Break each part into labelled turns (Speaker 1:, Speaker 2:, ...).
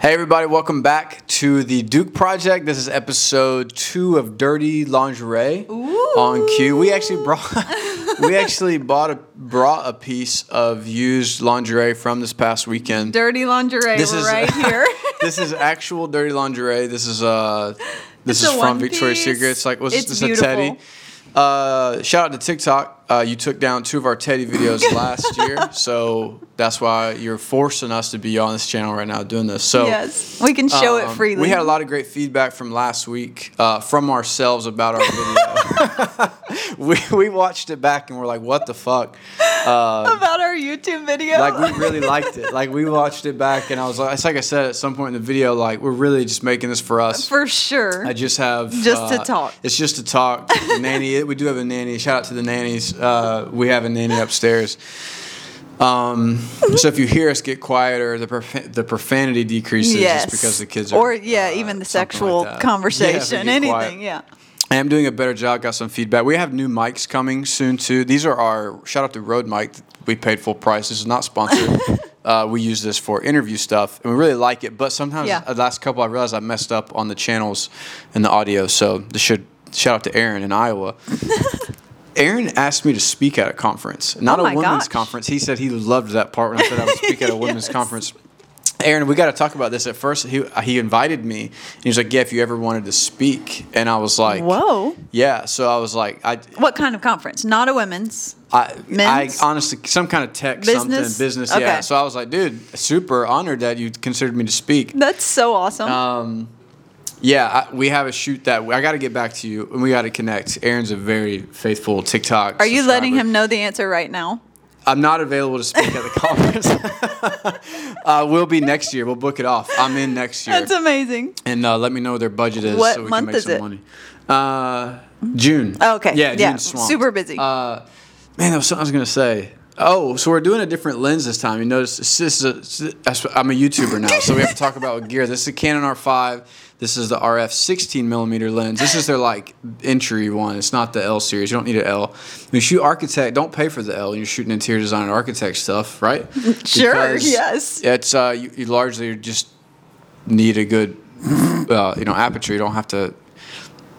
Speaker 1: Hey, everybody, welcome back to the Duke Project. This is episode two of Dirty Lingerie on Q. We actually brought. We actually bought a brought a piece of used lingerie from this past weekend.
Speaker 2: Dirty lingerie
Speaker 1: This is-
Speaker 2: right here.
Speaker 1: this is actual dirty lingerie. This is uh, this
Speaker 2: It's
Speaker 1: is
Speaker 2: a
Speaker 1: from
Speaker 2: one
Speaker 1: Victoria's
Speaker 2: piece.
Speaker 1: Secret. It's like what's
Speaker 2: It's
Speaker 1: this a teddy?
Speaker 2: beautiful.
Speaker 1: Uh, shout out to TikTok. Uh, you took down two of our teddy videos last year, so that's why you're forcing us to be on this channel right now doing this. So
Speaker 2: yes, we can show it
Speaker 1: um,
Speaker 2: freely.
Speaker 1: We had a lot of great feedback from last week uh, from ourselves about our video. we, we watched it back and we're like, what the fuck?
Speaker 2: about our YouTube video.
Speaker 1: Like we really liked it. Like we watched it back and I was like, it's like I said at some point in the video, like we're really just making this for us.
Speaker 2: for sure.
Speaker 1: I just have uh,
Speaker 2: Just to talk.
Speaker 1: It's just to talk. nanny, we do have a nanny. Shout out to the nannies. Uh, we have a nanny upstairs. Um, so if you hear us get quieter, the prof- the profanity decreases
Speaker 2: yes,
Speaker 1: just because the kids are
Speaker 2: or yeah,
Speaker 1: uh,
Speaker 2: even
Speaker 1: something
Speaker 2: the sexual
Speaker 1: like that.
Speaker 2: conversation,
Speaker 1: Yeah, if we
Speaker 2: anything.
Speaker 1: get quiet. I
Speaker 2: Yeah,
Speaker 1: am doing a better job. Got some feedback. We have new mics coming soon too. These are our shout out to Rode Mic. that We paid full price. This is not sponsored. uh, we use this for interview stuff, and we really like it. But sometimes
Speaker 2: Yeah.
Speaker 1: the last couple, I realized I messed up on the channels and the audio. So this should shout out to Aaron in Iowa. Aaron asked me to speak at a conference, not
Speaker 2: Oh
Speaker 1: a
Speaker 2: my
Speaker 1: women's
Speaker 2: gosh.
Speaker 1: conference. He said he loved that part when I said I would speak at a women's
Speaker 2: Yes.
Speaker 1: conference. Aaron, we got to talk about this. At first, he he invited me, and he was like, "Yeah, if you ever wanted to speak," and I was like,
Speaker 2: Whoa.
Speaker 1: yeah, so I was like, I,
Speaker 2: What kind of conference? Not a women's.
Speaker 1: I, I
Speaker 2: Men's?
Speaker 1: honestly, some kind of tech,
Speaker 2: Business?
Speaker 1: something, business,
Speaker 2: Okay.
Speaker 1: yeah. So I was like, dude, super honored that you considered me to speak.
Speaker 2: That's so awesome.
Speaker 1: Uh, Yeah, I, we have a shoot that I got to get back to you, and we got to connect. Aaron's a very faithful TikTok.
Speaker 2: Are you letting
Speaker 1: subscriber.
Speaker 2: him know the answer right now?
Speaker 1: I'm not available to speak at the conference. uh, we'll be next year. We'll book it off. I'm in next year,
Speaker 2: That's amazing.
Speaker 1: and uh, let me know what their budget is
Speaker 2: What
Speaker 1: so we can
Speaker 2: month
Speaker 1: make
Speaker 2: is
Speaker 1: some
Speaker 2: it? Oh,
Speaker 1: money. Uh, June.
Speaker 2: Okay.
Speaker 1: Yeah,
Speaker 2: Yeah.
Speaker 1: June's swamped.
Speaker 2: Super busy.
Speaker 1: Uh, man, that was something I was gonna say. Oh, so we're doing a different lens this time. You notice this is a, that's what- I'm a YouTuber now, so we have to talk about what gear. This is a Canon R5. This is the RF 16 millimeter lens. This is their like entry one. It's not the L series. You don't need an L. When you shoot architect, don't pay for the L. You're shooting interior design and architect stuff, right?
Speaker 2: Sure, yes.
Speaker 1: It's uh, you, you largely just need a good uh, you know aperture. You don't have to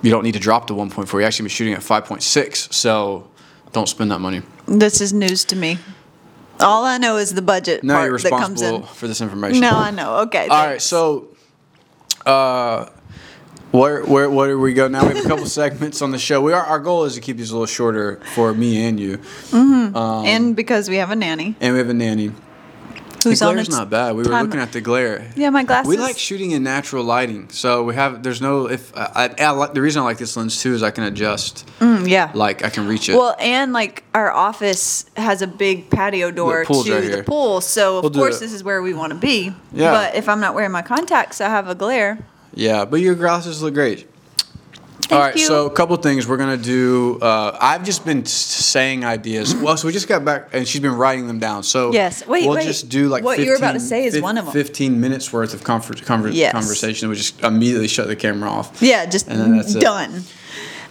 Speaker 1: you don't need to drop to 1.4. You actually be shooting at 5.6. So don't spend that money.
Speaker 2: this is news to me. All I know is the budget
Speaker 1: Now you're
Speaker 2: part that comes
Speaker 1: responsible
Speaker 2: in.
Speaker 1: for this information.
Speaker 2: No, I know. Okay.
Speaker 1: All right. So, uh, where where where do we go now? We have a couple segments on the show. We are our goal is to keep these a little shorter for me and you,
Speaker 2: and because we have a nanny
Speaker 1: and we have a nanny.
Speaker 2: who's
Speaker 1: the
Speaker 2: on
Speaker 1: glare's
Speaker 2: its
Speaker 1: um, not bad. We were
Speaker 2: time-
Speaker 1: looking at the glare.
Speaker 2: Yeah, my glasses.
Speaker 1: We like shooting in natural lighting, so we have. There's no if I, I, I like the reason I like this lens too is I can adjust.
Speaker 2: Mm, yeah.
Speaker 1: Like I can reach it.
Speaker 2: Well, and like our office has a big patio door
Speaker 1: pool's
Speaker 2: to
Speaker 1: right
Speaker 2: the
Speaker 1: here.
Speaker 2: pool, so of
Speaker 1: We'll do
Speaker 2: course
Speaker 1: it.
Speaker 2: this is where we want to be.
Speaker 1: Yeah.
Speaker 2: But if I'm not wearing my contacts, I have a glare.
Speaker 1: Yeah, but your glasses look great.
Speaker 2: Thank
Speaker 1: All right,
Speaker 2: you.
Speaker 1: so a couple things we're gonna do. Uh, I've just been s- saying ideas. Well, so we just got back, and she's been writing them down. So
Speaker 2: Yes. Wait,
Speaker 1: we'll
Speaker 2: wait.
Speaker 1: just do like
Speaker 2: What
Speaker 1: 15,
Speaker 2: you were about to say is
Speaker 1: fif-
Speaker 2: one of 'em.
Speaker 1: Fifteen minutes worth of confer- conver-
Speaker 2: Yes.
Speaker 1: conversation. We just immediately shut the camera off.
Speaker 2: Yeah, just
Speaker 1: And then that's it.
Speaker 2: done.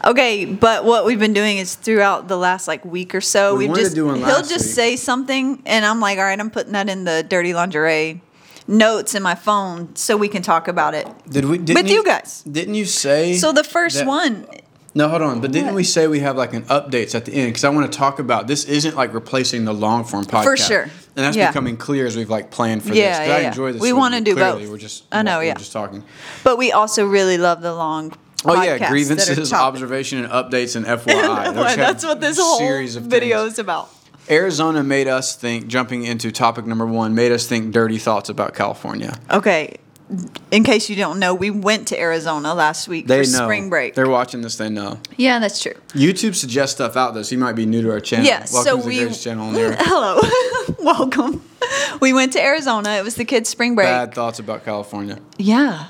Speaker 2: Okay, but what we've been doing is throughout the last like week or so,
Speaker 1: We
Speaker 2: we've
Speaker 1: wanted
Speaker 2: just
Speaker 1: to do one
Speaker 2: he'll
Speaker 1: last
Speaker 2: just
Speaker 1: week.
Speaker 2: say something, and I'm like, all right, I'm putting that in the dirty lingerie notes in my phone so we can talk about it.
Speaker 1: Did we? Didn't
Speaker 2: With you guys.
Speaker 1: Didn't you say?
Speaker 2: So the first
Speaker 1: that-
Speaker 2: one,
Speaker 1: No, hold on. But didn't
Speaker 2: What?
Speaker 1: we say we have like an updates at the end? Because I want to talk about this. Isn't like replacing the long form podcast
Speaker 2: sure.
Speaker 1: And that's
Speaker 2: Yeah.
Speaker 1: becoming clear as we've like planned for this.
Speaker 2: Yeah,
Speaker 1: 'Cause
Speaker 2: yeah,
Speaker 1: I
Speaker 2: yeah.
Speaker 1: enjoy this.
Speaker 2: We
Speaker 1: with
Speaker 2: wanna
Speaker 1: you.
Speaker 2: do
Speaker 1: Clearly,
Speaker 2: both.
Speaker 1: We're just.
Speaker 2: I know,
Speaker 1: We're
Speaker 2: yeah.
Speaker 1: just talking.
Speaker 2: but we also really love the long.
Speaker 1: Oh
Speaker 2: podcasts that
Speaker 1: yeah,
Speaker 2: are
Speaker 1: grievances,
Speaker 2: topic-
Speaker 1: observation, and updates, and FYI. Those have
Speaker 2: That's what this whole video
Speaker 1: things.
Speaker 2: is about.
Speaker 1: Arizona made us think. Jumping into topic number one, made us think dirty thoughts about California.
Speaker 2: Okay. In case you don't know, we went to Arizona last week
Speaker 1: They
Speaker 2: for
Speaker 1: know
Speaker 2: spring break.
Speaker 1: They're watching this. They know.
Speaker 2: yeah, that's true.
Speaker 1: YouTube suggests stuff out though, so you might be new to our channel.
Speaker 2: Yes,
Speaker 1: Welcome
Speaker 2: so
Speaker 1: to the
Speaker 2: we
Speaker 1: greatest channel on there.
Speaker 2: Hello. Welcome. We went to Arizona. It was the kids' spring break.
Speaker 1: Bad thoughts about California.
Speaker 2: Yeah.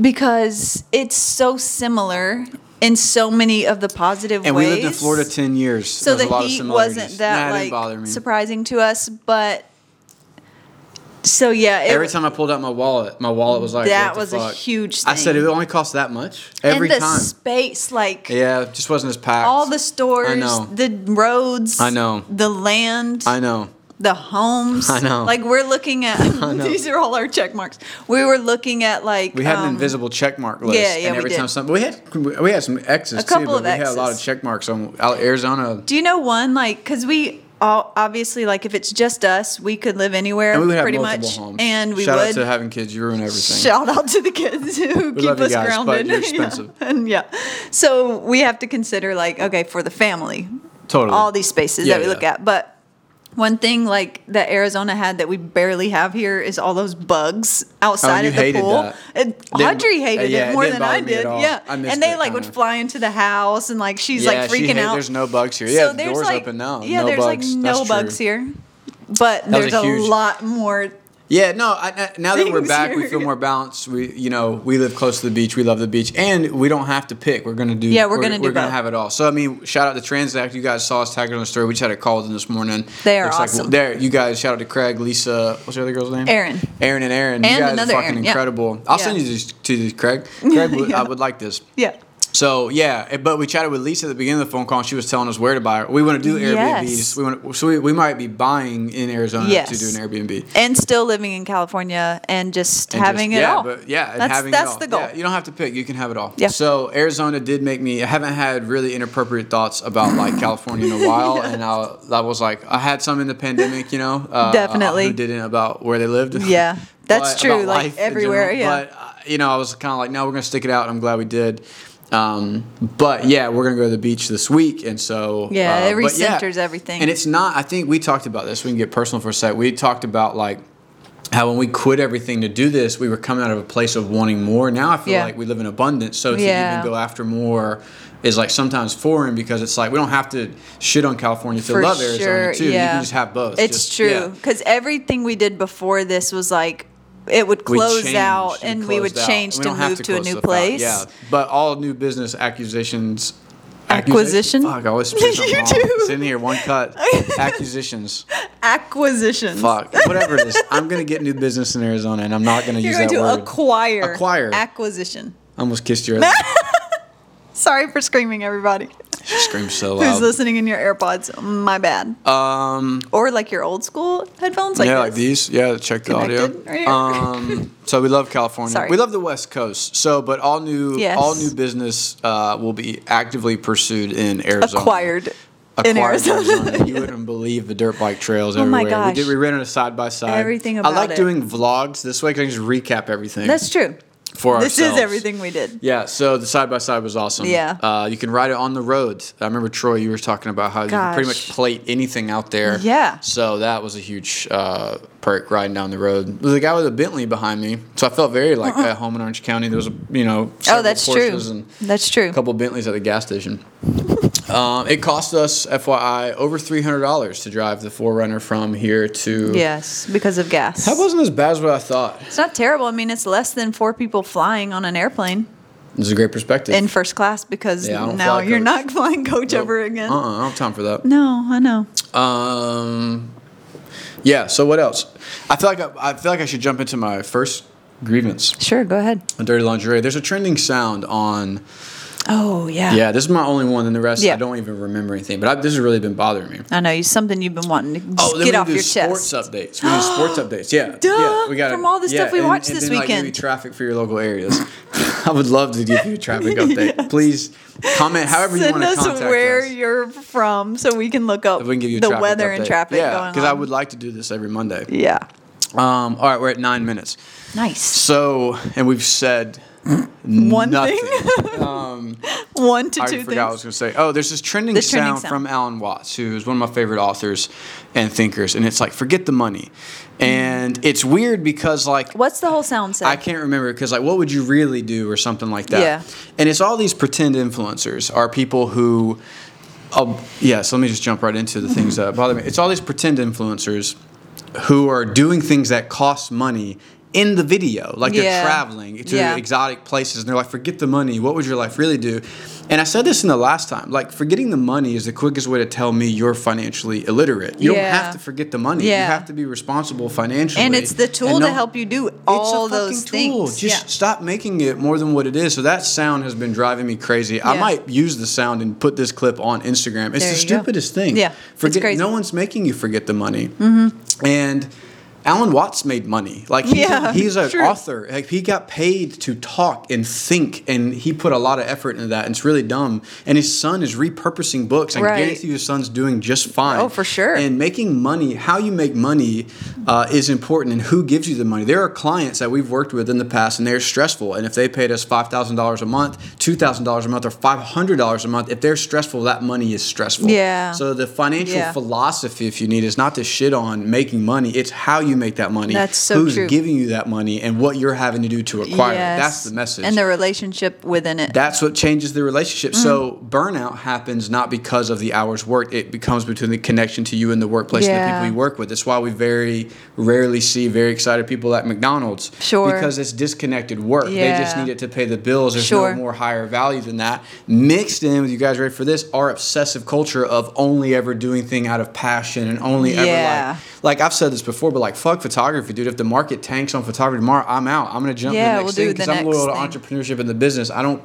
Speaker 2: Because it's so similar in so many of the positive
Speaker 1: And
Speaker 2: ways.
Speaker 1: we lived in Florida ten years.
Speaker 2: So
Speaker 1: There's
Speaker 2: the
Speaker 1: a lot of
Speaker 2: heat
Speaker 1: similarities.
Speaker 2: wasn't
Speaker 1: nah,
Speaker 2: that
Speaker 1: it didn't bother
Speaker 2: like
Speaker 1: me.
Speaker 2: surprising to us, but so yeah, it,
Speaker 1: Every time I pulled out my wallet, my wallet was like
Speaker 2: That
Speaker 1: what the
Speaker 2: was a
Speaker 1: fuck?
Speaker 2: huge
Speaker 1: I said it
Speaker 2: thing.
Speaker 1: only cost that much every
Speaker 2: and the
Speaker 1: time.
Speaker 2: space like
Speaker 1: yeah, it just wasn't as packed.
Speaker 2: all the stores,
Speaker 1: I know.
Speaker 2: the roads,
Speaker 1: I know.
Speaker 2: the land.
Speaker 1: I know.
Speaker 2: the homes.
Speaker 1: I know.
Speaker 2: Like we're looking at these are all our check marks. We were looking at like
Speaker 1: We had an
Speaker 2: um,
Speaker 1: invisible check mark list,
Speaker 2: yeah, yeah,
Speaker 1: and
Speaker 2: we
Speaker 1: every
Speaker 2: did.
Speaker 1: time something we had we had some X's
Speaker 2: A couple
Speaker 1: too, but
Speaker 2: of
Speaker 1: we had a lot of
Speaker 2: X's.
Speaker 1: check marks on out Arizona,
Speaker 2: Do you know one like because we all obviously like if it's just us, we could live anywhere
Speaker 1: and we would have
Speaker 2: pretty
Speaker 1: multiple
Speaker 2: much,
Speaker 1: homes.
Speaker 2: and we
Speaker 1: shout
Speaker 2: would
Speaker 1: out to having kids, you ruin everything.
Speaker 2: Shout out to the kids who keep
Speaker 1: love you
Speaker 2: us
Speaker 1: guys, but
Speaker 2: grounded.
Speaker 1: you're
Speaker 2: Yeah.
Speaker 1: expensive.
Speaker 2: And yeah. So we have to consider like, okay, for the family,
Speaker 1: Totally.
Speaker 2: all these spaces
Speaker 1: Yeah,
Speaker 2: that we
Speaker 1: yeah.
Speaker 2: look at. But one thing like that Arizona had that we barely have here is all those bugs
Speaker 1: Oh,
Speaker 2: outside
Speaker 1: you
Speaker 2: of the
Speaker 1: hated
Speaker 2: pool.
Speaker 1: that.
Speaker 2: And
Speaker 1: Didn't-
Speaker 2: Audrey hated
Speaker 1: yeah, it
Speaker 2: it more
Speaker 1: didn't
Speaker 2: than I
Speaker 1: bother me at
Speaker 2: did.
Speaker 1: all.
Speaker 2: Yeah.
Speaker 1: I missed
Speaker 2: and they
Speaker 1: it,
Speaker 2: like would
Speaker 1: kinda.
Speaker 2: fly into the house and like she's
Speaker 1: Yeah,
Speaker 2: like
Speaker 1: she
Speaker 2: freaking
Speaker 1: hated-
Speaker 2: out.
Speaker 1: There's no bugs here. Yeah,
Speaker 2: so
Speaker 1: the
Speaker 2: there's
Speaker 1: doors
Speaker 2: like
Speaker 1: open now.
Speaker 2: Yeah,
Speaker 1: no
Speaker 2: there's
Speaker 1: bugs.
Speaker 2: like no
Speaker 1: That's
Speaker 2: bugs
Speaker 1: true.
Speaker 2: here. But
Speaker 1: was
Speaker 2: there's
Speaker 1: a
Speaker 2: a,
Speaker 1: huge-
Speaker 2: lot more
Speaker 1: Yeah, no. I, I- now that we're
Speaker 2: Things
Speaker 1: back, we
Speaker 2: here.
Speaker 1: feel more balanced. We, you know, we live close to the beach. We love the beach, and we don't have to pick. We're gonna do.
Speaker 2: Yeah, we're gonna do
Speaker 1: We're gonna
Speaker 2: both.
Speaker 1: have it all. So I mean, shout out to Transact. You guys saw us tagged on the story. We just had a call with them this morning.
Speaker 2: They are
Speaker 1: like-
Speaker 2: awesome.
Speaker 1: there, you guys. Shout out to Craig, Lisa. What's the other girl's name?
Speaker 2: Erin.
Speaker 1: Aaron and Aaron. you
Speaker 2: And
Speaker 1: guys
Speaker 2: another
Speaker 1: are fucking
Speaker 2: Erin, yeah.
Speaker 1: incredible. I'll
Speaker 2: Yeah.
Speaker 1: send you these to these, Craig. Craig, would
Speaker 2: Yeah.
Speaker 1: I would like this.
Speaker 2: Yeah.
Speaker 1: So yeah, it- but we chatted with Lisa at the beginning of the phone call. And she was telling us where to buy. We want to do Airbnbs.
Speaker 2: Yes.
Speaker 1: We want to, so we, we might be buying in Arizona to
Speaker 2: Yes.
Speaker 1: do an Airbnb.
Speaker 2: and still living in California and just
Speaker 1: And
Speaker 2: having
Speaker 1: just-
Speaker 2: it
Speaker 1: yeah,
Speaker 2: all.
Speaker 1: But yeah, and
Speaker 2: that's
Speaker 1: having
Speaker 2: that's
Speaker 1: it all.
Speaker 2: the goal.
Speaker 1: Yeah, you don't have to pick; you can have it all.
Speaker 2: Yeah.
Speaker 1: So Arizona did make me. I haven't had really inappropriate thoughts about like California in a while, and I, I was like, I had some in the pandemic, you know, uh,
Speaker 2: Definitely.
Speaker 1: who didn't about where they lived.
Speaker 2: Yeah, that's
Speaker 1: But-
Speaker 2: true,
Speaker 1: about
Speaker 2: like,
Speaker 1: life in
Speaker 2: everywhere,
Speaker 1: general.
Speaker 2: yeah.
Speaker 1: But uh, you know, I was kind of like, no, we're gonna stick it out. and I'm glad we did. Um, but yeah, we're gonna go to the beach this week, and so
Speaker 2: Yeah,
Speaker 1: uh,
Speaker 2: it
Speaker 1: but yeah.
Speaker 2: recenters everything.
Speaker 1: And it's not. I think we talked about this. We can get personal for a sec. We talked about like how when we quit everything to do this, we were coming out of a place of wanting more. Now I feel
Speaker 2: Yeah.
Speaker 1: like we live in abundance, so to
Speaker 2: Yeah.
Speaker 1: even go after more is like sometimes foreign because it's like we don't have to shit on California to love Arizona too. You can just have both.
Speaker 2: It's
Speaker 1: Just-
Speaker 2: true
Speaker 1: yeah.
Speaker 2: because everything we did before this was like it would
Speaker 1: We
Speaker 2: close
Speaker 1: changed
Speaker 2: out and we
Speaker 1: closed
Speaker 2: would
Speaker 1: out.
Speaker 2: change
Speaker 1: We
Speaker 2: to
Speaker 1: don't have
Speaker 2: move to, a
Speaker 1: close
Speaker 2: new
Speaker 1: stuff out.
Speaker 2: place.
Speaker 1: Yeah, but all new business acquisitions.
Speaker 2: Acquisition?
Speaker 1: Fuck, I always say something
Speaker 2: You
Speaker 1: wrong.
Speaker 2: do.
Speaker 1: It's in here, one cut. Acquisitions.
Speaker 2: Acquisitions.
Speaker 1: Fuck, whatever it is. I'm going to get new business in Arizona and I'm not going to
Speaker 2: You're
Speaker 1: use
Speaker 2: going
Speaker 1: that
Speaker 2: to
Speaker 1: word.
Speaker 2: acquire.
Speaker 1: Acquire.
Speaker 2: Acquisition.
Speaker 1: I almost kissed your ass.
Speaker 2: Sorry for screaming, everybody
Speaker 1: She screams so
Speaker 2: who's
Speaker 1: loud.
Speaker 2: listening in your AirPods. My bad.
Speaker 1: Um,
Speaker 2: or like your old school headphones, like
Speaker 1: yeah,
Speaker 2: this.
Speaker 1: like these. Yeah, check the audio.
Speaker 2: Connected right here.
Speaker 1: um, so we love California.
Speaker 2: Sorry.
Speaker 1: We love the West Coast. So, but all new,
Speaker 2: Yes.
Speaker 1: all new business uh, will be actively pursued in Arizona.
Speaker 2: acquired in
Speaker 1: Acquired
Speaker 2: Arizona.
Speaker 1: You wouldn't believe the dirt bike trails
Speaker 2: Oh my
Speaker 1: everywhere. We did.
Speaker 2: gosh.
Speaker 1: We rented a side by side.
Speaker 2: Everything
Speaker 1: I
Speaker 2: about
Speaker 1: like
Speaker 2: it.
Speaker 1: doing vlogs this way. 'cause I can just recap everything.
Speaker 2: That's true.
Speaker 1: for
Speaker 2: this
Speaker 1: ourselves.
Speaker 2: is everything we did.
Speaker 1: Yeah, so the side by side was awesome.
Speaker 2: Yeah.
Speaker 1: uh, you can ride it on the road. I remember Troy, you were talking about how you can pretty much
Speaker 2: Gosh.
Speaker 1: plate anything out there.
Speaker 2: Yeah.
Speaker 1: so that was a huge uh, perk riding down the road. There was a guy with a Bentley behind me, so I felt very like at home in Orange County. There was a you know
Speaker 2: Uh-uh. Oh,
Speaker 1: several
Speaker 2: that's true.
Speaker 1: Porsches and
Speaker 2: That's true.
Speaker 1: a couple Bentleys at the gas station. um, it cost us, FYI, over three hundred dollars to drive the Forerunner from here to.
Speaker 2: Yes, because of gas.
Speaker 1: that wasn't as bad as what I thought.
Speaker 2: it's not terrible. I mean, it's less than four people flying on an airplane
Speaker 1: This is a great perspective.
Speaker 2: in first class because
Speaker 1: Yeah, I don't
Speaker 2: now
Speaker 1: fly
Speaker 2: you're
Speaker 1: coach.
Speaker 2: not flying coach ever again.
Speaker 1: Uh, uh I don't have time for that.
Speaker 2: No, I know.
Speaker 1: Um, yeah. So what else? I feel like I, I feel like I should jump into my first grievance.
Speaker 2: Sure, go ahead.
Speaker 1: on Dirty lingerie. There's a trending sound on.
Speaker 2: Oh yeah.
Speaker 1: Yeah, this is my only one, and the rest
Speaker 2: Yeah.
Speaker 1: I don't even remember anything. But I, this has really been bothering me.
Speaker 2: I know you something you've been wanting to just
Speaker 1: Oh, then
Speaker 2: get
Speaker 1: we
Speaker 2: off
Speaker 1: do
Speaker 2: your
Speaker 1: sports uh,
Speaker 2: chest.
Speaker 1: updates. We do sports updates. Yeah,
Speaker 2: Duh,
Speaker 1: yeah, we got
Speaker 2: from all the stuff we watched this
Speaker 1: then, like, maybe
Speaker 2: weekend.
Speaker 1: traffic for your local areas. I would love to give you a traffic update. Please comment however you
Speaker 2: Send
Speaker 1: want to
Speaker 2: us
Speaker 1: contact
Speaker 2: where
Speaker 1: us.
Speaker 2: you're from so we can look up
Speaker 1: we can give you a
Speaker 2: the
Speaker 1: traffic
Speaker 2: weather
Speaker 1: update.
Speaker 2: and traffic
Speaker 1: Yeah,
Speaker 2: going on.
Speaker 1: because I would like to do this every Monday.
Speaker 2: Yeah.
Speaker 1: Um, all right, we're at nine minutes.
Speaker 2: Nice.
Speaker 1: So, and we've said
Speaker 2: One
Speaker 1: nothing.
Speaker 2: thing. One to
Speaker 1: I
Speaker 2: two
Speaker 1: already
Speaker 2: things.
Speaker 1: forgot what I was going to say. Oh, there's this trending,
Speaker 2: This trending
Speaker 1: sound,
Speaker 2: sound.
Speaker 1: from Alan Watts, who is one of my favorite authors and thinkers, and it's like forget the money, and it's weird because like
Speaker 2: What's the whole sound set?
Speaker 1: I can't remember because like what would you really do or something like that.
Speaker 2: Yeah.
Speaker 1: And it's all these pretend influencers are people who, oh yeah. So let me just jump right into the things that bother me. It's all these pretend influencers who are doing things that cost money in the video. Like they're
Speaker 2: Yeah.
Speaker 1: traveling to
Speaker 2: Yeah.
Speaker 1: exotic places and they're like, forget the money. What would your life really do? And I said this in the last time. Like, forgetting the money is the quickest way to tell me you're financially illiterate. You don't
Speaker 2: Yeah.
Speaker 1: have to forget the money. You
Speaker 2: Yeah.
Speaker 1: have to be responsible financially.
Speaker 2: and it's the tool
Speaker 1: and
Speaker 2: to
Speaker 1: know-
Speaker 2: help you do
Speaker 1: it's a
Speaker 2: all
Speaker 1: fucking
Speaker 2: those
Speaker 1: tool.
Speaker 2: things.
Speaker 1: Just stop making it more than what it is. So that sound has been driving me crazy. I
Speaker 2: Yeah.
Speaker 1: might use the sound and put this clip on Instagram. It's
Speaker 2: There
Speaker 1: the
Speaker 2: you go.
Speaker 1: stupidest thing.
Speaker 2: Yeah, it's
Speaker 1: forget.
Speaker 2: crazy.
Speaker 1: No one's making you forget the money. Mm-hmm. And Alan Watts made money. Like he's,
Speaker 2: Yeah,
Speaker 1: he's an
Speaker 2: true.
Speaker 1: author. Like he got paid to talk and think, and he put a lot of effort into that. And it's really dumb. And his son is repurposing books. I
Speaker 2: Right.
Speaker 1: guarantee you, his son's doing just fine.
Speaker 2: Oh, for sure.
Speaker 1: And making money, how you make money, uh, is important, and who gives you the money. There are clients that we've worked with in the past, and they're stressful. And if they paid us five thousand dollars a month, two thousand dollars a month, or five hundred dollars a month, if they're stressful, that money is stressful.
Speaker 2: Yeah.
Speaker 1: So the financial
Speaker 2: Yeah.
Speaker 1: philosophy, if you need, is not to shit on making money. It's how you make that money.
Speaker 2: That's so
Speaker 1: Who's
Speaker 2: true.
Speaker 1: giving you that money, and what you're having to do to acquire it. That's
Speaker 2: Yes.
Speaker 1: the message.
Speaker 2: And the relationship within it.
Speaker 1: That's what changes the relationship. So
Speaker 2: Mm.
Speaker 1: burnout happens not because of the hours worked. It becomes between the connection to you and the workplace and the
Speaker 2: Yeah.
Speaker 1: people you work with. That's why we very rarely see very excited people at McDonald's.
Speaker 2: Sure.
Speaker 1: Because it's disconnected work. They just
Speaker 2: Yeah.
Speaker 1: need it to pay the bills. There's
Speaker 2: Sure.
Speaker 1: no more higher value than that. Mixed in with you guys ready for this, our obsessive culture of only ever doing thing out of passion and only ever
Speaker 2: Yeah.
Speaker 1: like like I've said this before, but like fuck photography, dude. If the market tanks on photography tomorrow, I'm out. I'm gonna jump
Speaker 2: Yeah,
Speaker 1: in the
Speaker 2: we'll
Speaker 1: next
Speaker 2: do
Speaker 1: thing
Speaker 2: the
Speaker 1: because I'm
Speaker 2: next
Speaker 1: loyal to
Speaker 2: thing.
Speaker 1: entrepreneurship and the business. I don't.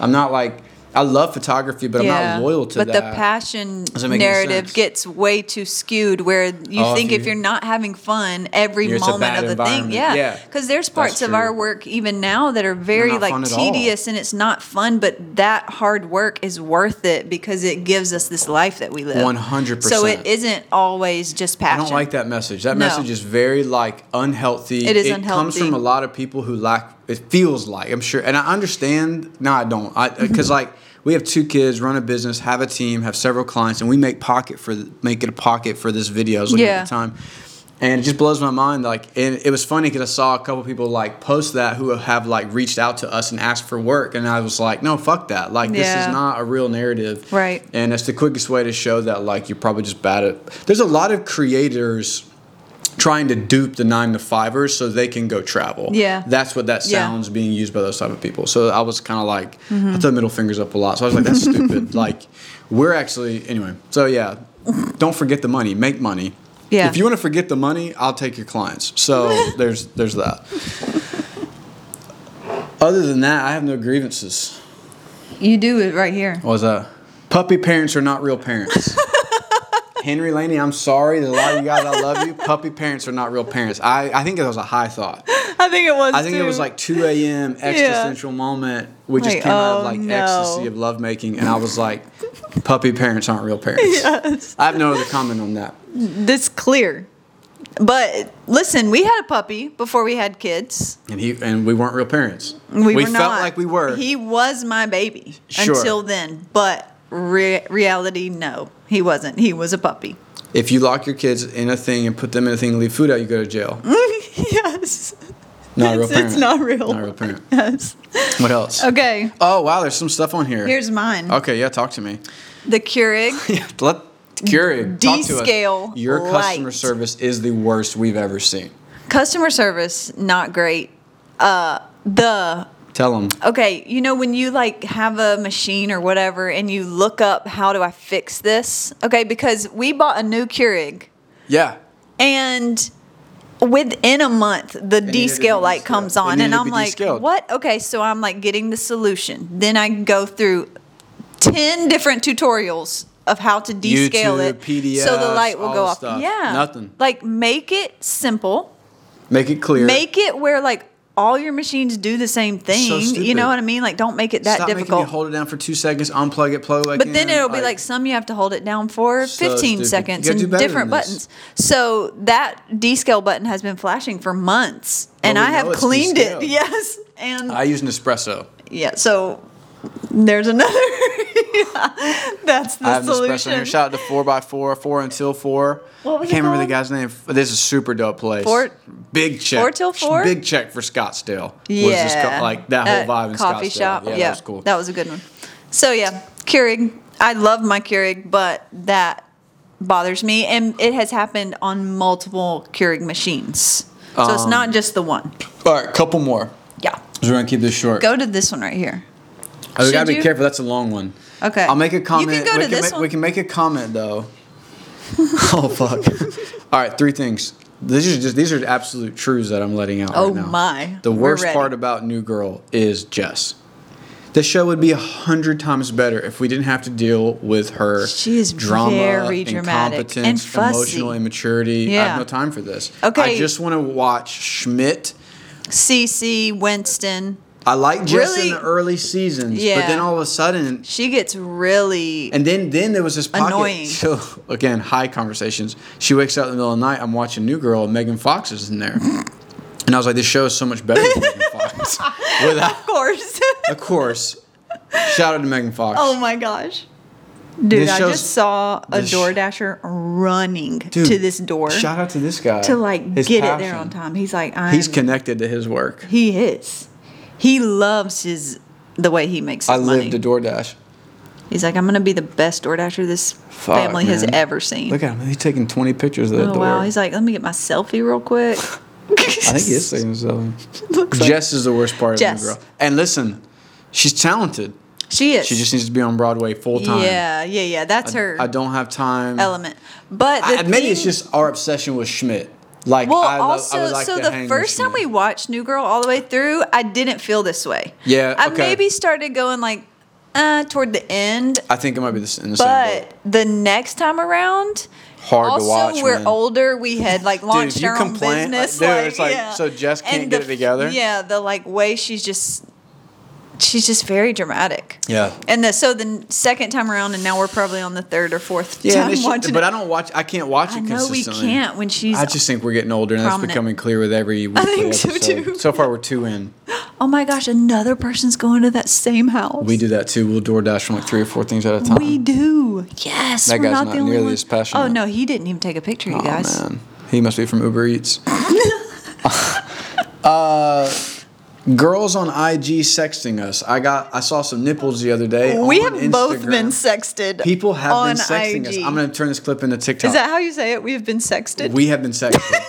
Speaker 1: I'm not like I love photography, but I'm not loyal to
Speaker 2: but
Speaker 1: that.
Speaker 2: the passion
Speaker 1: Doesn't make any sense.
Speaker 2: narrative gets way too skewed where you
Speaker 1: Oh, if
Speaker 2: think if
Speaker 1: you-
Speaker 2: you're not having fun every
Speaker 1: You're- it's a bad
Speaker 2: moment of the thing
Speaker 1: environment. Yeah.
Speaker 2: yeah because there's parts of
Speaker 1: true.
Speaker 2: our work even now that are very
Speaker 1: not fun
Speaker 2: like
Speaker 1: at all.
Speaker 2: tedious and it's not fun but that hard work is worth it because it gives us this life that we live
Speaker 1: 100%.
Speaker 2: so it isn't always just
Speaker 1: I
Speaker 2: passion
Speaker 1: don't like that message. That
Speaker 2: No.
Speaker 1: message is very like unhealthy.
Speaker 2: It is
Speaker 1: comes
Speaker 2: unhealthy.
Speaker 1: from a lot of people who lack. It feels like I'm sure, and I understand. No, I don't. I because like we have two kids, run a business, have a team, have several clients, and we make pocket for make it a pocket for this video. I was looking
Speaker 2: Yeah.
Speaker 1: at the time. And it just blows my mind. Like, and it was funny because I saw a couple people like post that who have like reached out to us and asked for work, and I was like, no, fuck that. Like, this
Speaker 2: Yeah.
Speaker 1: is not a real narrative,
Speaker 2: Right.
Speaker 1: And it's the quickest way to show that like you're probably just bad at. There's a lot of creators trying to dupe the nine to fivers so they can go travel.
Speaker 2: Yeah.
Speaker 1: That's what that
Speaker 2: Yeah. Mm-hmm.
Speaker 1: sounds being used by those type of people. So I was kind of like, I throw middle fingers up a lot. So I was like, that's stupid. Like, we're actually, anyway. So yeah, don't forget the money, make money.
Speaker 2: Yeah.
Speaker 1: If you want to forget the money, I'll take your clients. So there's there's that. Other than that, I have no grievances.
Speaker 2: you do it right here
Speaker 1: What was that? Puppy parents are not real parents. Henry Laney, I'm sorry. There's a lot of you guys I love you. Puppy parents are not real parents. I, I think it was a high thought.
Speaker 2: i think it was
Speaker 1: I think it was
Speaker 2: too.
Speaker 1: like 2 a.m. existential moment. We just
Speaker 2: Like,
Speaker 1: came out of
Speaker 2: oh,
Speaker 1: like
Speaker 2: no.
Speaker 1: ecstasy of lovemaking, and I was like, puppy parents aren't real parents. I have no other comment on that.
Speaker 2: this clear but listen we had a puppy before we had kids
Speaker 1: And he and we weren't real parents.
Speaker 2: We, were
Speaker 1: felt
Speaker 2: not.
Speaker 1: like we were.
Speaker 2: He was my baby
Speaker 1: Sure.
Speaker 2: until then, but re- reality, no, he wasn't. He was a puppy.
Speaker 1: if you lock your kids in a thing and put them in a thing and leave food out, you go to jail.
Speaker 2: yes.
Speaker 1: Not a real
Speaker 2: It's-
Speaker 1: parent.
Speaker 2: it's not real.
Speaker 1: Not a real parent.
Speaker 2: Yes.
Speaker 1: What else?
Speaker 2: Okay.
Speaker 1: Oh wow, there's some stuff on here.
Speaker 2: Here's mine.
Speaker 1: Okay, yeah, talk to me.
Speaker 2: The Keurig.
Speaker 1: Yeah, let Keurig talk to us.
Speaker 2: Descale
Speaker 1: Your customer
Speaker 2: light.
Speaker 1: service is the worst we've ever seen.
Speaker 2: Customer service, not great. Uh, the
Speaker 1: Tell them.
Speaker 2: okay, you know when you like have a machine or whatever, and you look up how do I fix this? Okay, because we bought a new Keurig.
Speaker 1: Yeah.
Speaker 2: And within a month, the
Speaker 1: needed to
Speaker 2: D
Speaker 1: be
Speaker 2: scale light
Speaker 1: descaled.
Speaker 2: comes
Speaker 1: It
Speaker 2: on,
Speaker 1: needed
Speaker 2: and
Speaker 1: to
Speaker 2: I'm
Speaker 1: be
Speaker 2: like,
Speaker 1: descaled.
Speaker 2: what? Okay, so I'm like getting the solution. Then I go through 10 different tutorials of how to descale
Speaker 1: YouTube,
Speaker 2: it so the
Speaker 1: PDFs,
Speaker 2: light will
Speaker 1: all
Speaker 2: go
Speaker 1: this
Speaker 2: off.
Speaker 1: stuff.
Speaker 2: Yeah.
Speaker 1: Nothing.
Speaker 2: Like, make it simple,
Speaker 1: Make it clear.
Speaker 2: make it where like all your machines do the same thing. you
Speaker 1: stupid.
Speaker 2: know what I mean? Like, don't make it that
Speaker 1: Stop making
Speaker 2: difficult.
Speaker 1: me hold it down for two seconds, unplug it, plug it.
Speaker 2: But then it'll be like some you have to hold it down for
Speaker 1: So
Speaker 2: 15
Speaker 1: stupid.
Speaker 2: seconds
Speaker 1: You gotta do
Speaker 2: and
Speaker 1: better
Speaker 2: different
Speaker 1: than this.
Speaker 2: buttons. So that descale button has been flashing for months, and
Speaker 1: Oh, we
Speaker 2: I have
Speaker 1: know it's
Speaker 2: cleaned
Speaker 1: descale.
Speaker 2: it. Yes, and
Speaker 1: I use Nespresso.
Speaker 2: yeah. So there's another. Yeah, that's the
Speaker 1: I have Nespresso
Speaker 2: solution.
Speaker 1: here. Shout out to four by four, four until four.
Speaker 2: What was
Speaker 1: I can't
Speaker 2: it
Speaker 1: remember the
Speaker 2: called?
Speaker 1: guy's name. This is a super dope place.
Speaker 2: Four-
Speaker 1: big check.
Speaker 2: Four till four?
Speaker 1: Big check for Scottsdale. Was
Speaker 2: yeah,
Speaker 1: this co- like that whole vibe in
Speaker 2: coffee
Speaker 1: Scottsdale.
Speaker 2: shop.
Speaker 1: Yeah, that was cool.
Speaker 2: That was a good one. So yeah, Keurig. I love my Keurig, but that bothers me, and it has happened on multiple Keurig machines. So
Speaker 1: Um,
Speaker 2: it's not just the one.
Speaker 1: All right, couple more.
Speaker 2: Yeah.
Speaker 1: 'cause we're gonna keep this short.
Speaker 2: Go to this one right here.
Speaker 1: Oh, we gotta
Speaker 2: should
Speaker 1: be
Speaker 2: you?
Speaker 1: careful. That's a long one.
Speaker 2: Okay.
Speaker 1: I'll make a comment.
Speaker 2: You can go
Speaker 1: we
Speaker 2: to this
Speaker 1: make,
Speaker 2: one.
Speaker 1: We can make a comment though. oh fuck! All right, three things. These are just these are absolute truths that I'm letting out.
Speaker 2: Oh,
Speaker 1: right now.
Speaker 2: my.
Speaker 1: The
Speaker 2: We're
Speaker 1: worst
Speaker 2: ready.
Speaker 1: part about New Girl is Jess. The show would be a hundred times better if we didn't have to deal with her
Speaker 2: She is
Speaker 1: drama,
Speaker 2: very dramatic
Speaker 1: incompetence,
Speaker 2: and fussy.
Speaker 1: emotional immaturity. I
Speaker 2: Yeah.
Speaker 1: have no time for this. I
Speaker 2: Okay.
Speaker 1: just want to watch Schmidt.
Speaker 2: CC Winston.
Speaker 1: I like Jess
Speaker 2: Really-
Speaker 1: in the early seasons, but
Speaker 2: Yeah.
Speaker 1: then all of a sudden
Speaker 2: She gets really
Speaker 1: And then then there was this pocket.
Speaker 2: Annoying.
Speaker 1: So again, high conversations. She wakes up in the middle of the night. I'm watching New Girl. and Megan Fox is in there, and I was like, this show is so much better than Megan Fox. Without,
Speaker 2: Of course.
Speaker 1: of course. Shout out to Megan Fox.
Speaker 2: oh my gosh. Dude,
Speaker 1: This
Speaker 2: I
Speaker 1: shows-
Speaker 2: just saw a
Speaker 1: this sh-
Speaker 2: DoorDasher running to this door
Speaker 1: Shout out to this guy
Speaker 2: to like
Speaker 1: His
Speaker 2: get it there
Speaker 1: passion.
Speaker 2: on time. He's like, I'm,
Speaker 1: He's connected to his work.
Speaker 2: He is. He loves his the way he makes his
Speaker 1: I
Speaker 2: money.
Speaker 1: lived a DoorDash.
Speaker 2: He's like, I'm gonna be the best DoorDasher this
Speaker 1: Fuck,
Speaker 2: family has
Speaker 1: man.
Speaker 2: ever seen.
Speaker 1: Look at him. He's taking 20 pictures of the
Speaker 2: oh
Speaker 1: door.
Speaker 2: wow! He's like, let me get my selfie real quick.
Speaker 1: I think he is taking himself.
Speaker 2: Looks like-
Speaker 1: Jess is the worst part
Speaker 2: Jess.
Speaker 1: of New Girl. And listen, she's talented.
Speaker 2: She is.
Speaker 1: She just needs to be on Broadway full time.
Speaker 2: Yeah, yeah, yeah. That's her
Speaker 1: I don't have time.
Speaker 2: element. But the
Speaker 1: Mm. I, maybe it's
Speaker 2: thing-
Speaker 1: just our obsession with Schmidt. Like,
Speaker 2: Well,
Speaker 1: I lo- I
Speaker 2: also,
Speaker 1: would like
Speaker 2: so
Speaker 1: to hang
Speaker 2: the
Speaker 1: with
Speaker 2: first time
Speaker 1: Schmidt.
Speaker 2: we watched New Girl all the way through, I didn't feel this way.
Speaker 1: Yeah,
Speaker 2: I
Speaker 1: okay.
Speaker 2: maybe started going like uh, toward the end,
Speaker 1: I think it might be the, s- in the same. boat.
Speaker 2: but the next time around,
Speaker 1: Hard
Speaker 2: also
Speaker 1: to watch.
Speaker 2: we're
Speaker 1: man.
Speaker 2: older. We had like launched
Speaker 1: if you
Speaker 2: our own
Speaker 1: complain, like,
Speaker 2: business.
Speaker 1: dude, it's like,
Speaker 2: yeah.
Speaker 1: so Jess can't
Speaker 2: And
Speaker 1: get
Speaker 2: the-
Speaker 1: it together?
Speaker 2: Yeah, the like way she's just. She's just very dramatic.
Speaker 1: Yeah.
Speaker 2: And the, so the n- second time around, and now we're probably on the third or fourth
Speaker 1: Yeah,
Speaker 2: time
Speaker 1: and it's ju-
Speaker 2: watching.
Speaker 1: but
Speaker 2: it.
Speaker 1: I don't watch. I can't watch
Speaker 2: I
Speaker 1: it
Speaker 2: know we
Speaker 1: consistently.
Speaker 2: can't when she's.
Speaker 1: I just think we're getting older, and that's
Speaker 2: Prominent.
Speaker 1: becoming clear with every week.
Speaker 2: think so,
Speaker 1: episode.
Speaker 2: too.
Speaker 1: So far, we're two in.
Speaker 2: oh my gosh, another person's going to that same house.
Speaker 1: We do that too. We'll DoorDash from like three or four things at a time.
Speaker 2: We do. Yes.
Speaker 1: That
Speaker 2: we're
Speaker 1: guy's
Speaker 2: not,
Speaker 1: not
Speaker 2: the only
Speaker 1: nearly
Speaker 2: one.
Speaker 1: as passionate.
Speaker 2: Oh no, he didn't even take a picture, you
Speaker 1: Aw,
Speaker 2: guys.
Speaker 1: man. He must be from Uber Eats. Uh, girls on IG sexting us. I got. I saw some nipples the other day.
Speaker 2: We
Speaker 1: on
Speaker 2: have both
Speaker 1: Instagram.
Speaker 2: been sexted.
Speaker 1: People have
Speaker 2: on
Speaker 1: been sexting us.
Speaker 2: IG.
Speaker 1: I'm gonna turn this clip into TikTok.
Speaker 2: Is that how you say it? We have been sexted.
Speaker 1: we have been sexted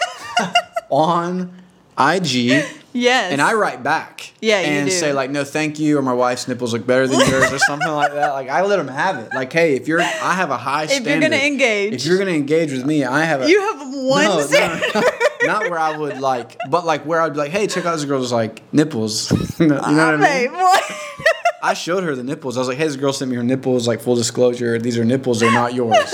Speaker 1: on IG.
Speaker 2: yes.
Speaker 1: And I write back.
Speaker 2: Yeah, you
Speaker 1: And
Speaker 2: do.
Speaker 1: say like, no, thank you, or my wife's nipples look better than yours, or something like that. Like I let them have it. Like, hey, if you're, I have a high.
Speaker 2: you're gonna
Speaker 1: standard.
Speaker 2: engage.
Speaker 1: if you're gonna engage with me, I have. A,
Speaker 2: You have one.
Speaker 1: no, no,
Speaker 2: standard.
Speaker 1: no. not where I would like, but like where I'd be like, hey, check out this girl's like nipples. you know what I mean?
Speaker 2: Babe, what?
Speaker 1: I showed her the nipples. I was like, hey, this girl sent me her nipples. Like full disclosure, these are nipples. They're not yours.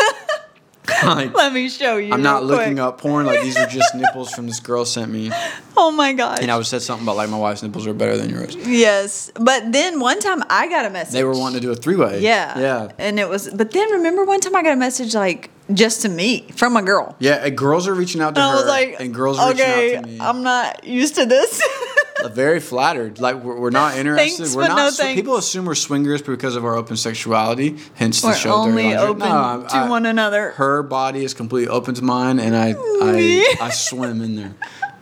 Speaker 1: like,
Speaker 2: Let me show you.
Speaker 1: I'm not
Speaker 2: real
Speaker 1: looking
Speaker 2: quick.
Speaker 1: up porn. Like these are just nipples from this girl sent me.
Speaker 2: Oh my gosh.
Speaker 1: And I was said something about like my wife's nipples are better than yours.
Speaker 2: yes, but then one time I got a message.
Speaker 1: They were wanting to do a three way.
Speaker 2: Yeah.
Speaker 1: Yeah.
Speaker 2: And it was, but then remember one time I got a message like just to me from a girl.
Speaker 1: Yeah. And girls are reaching out to
Speaker 2: And I
Speaker 1: her.
Speaker 2: was like,
Speaker 1: and girls are
Speaker 2: okay,
Speaker 1: reaching out to me.
Speaker 2: I'm not used to this.
Speaker 1: very flattered. Like we're, we're not interested.
Speaker 2: Thanks,
Speaker 1: we're
Speaker 2: but
Speaker 1: not.
Speaker 2: no
Speaker 1: sw-
Speaker 2: thanks.
Speaker 1: people assume we're swingers because of our open sexuality. Hence the
Speaker 2: We're
Speaker 1: show. Dirty
Speaker 2: only
Speaker 1: Laundry.
Speaker 2: open
Speaker 1: No, I-
Speaker 2: to
Speaker 1: I-
Speaker 2: one another.
Speaker 1: Her body is completely open to mine, and I I, I swim in there.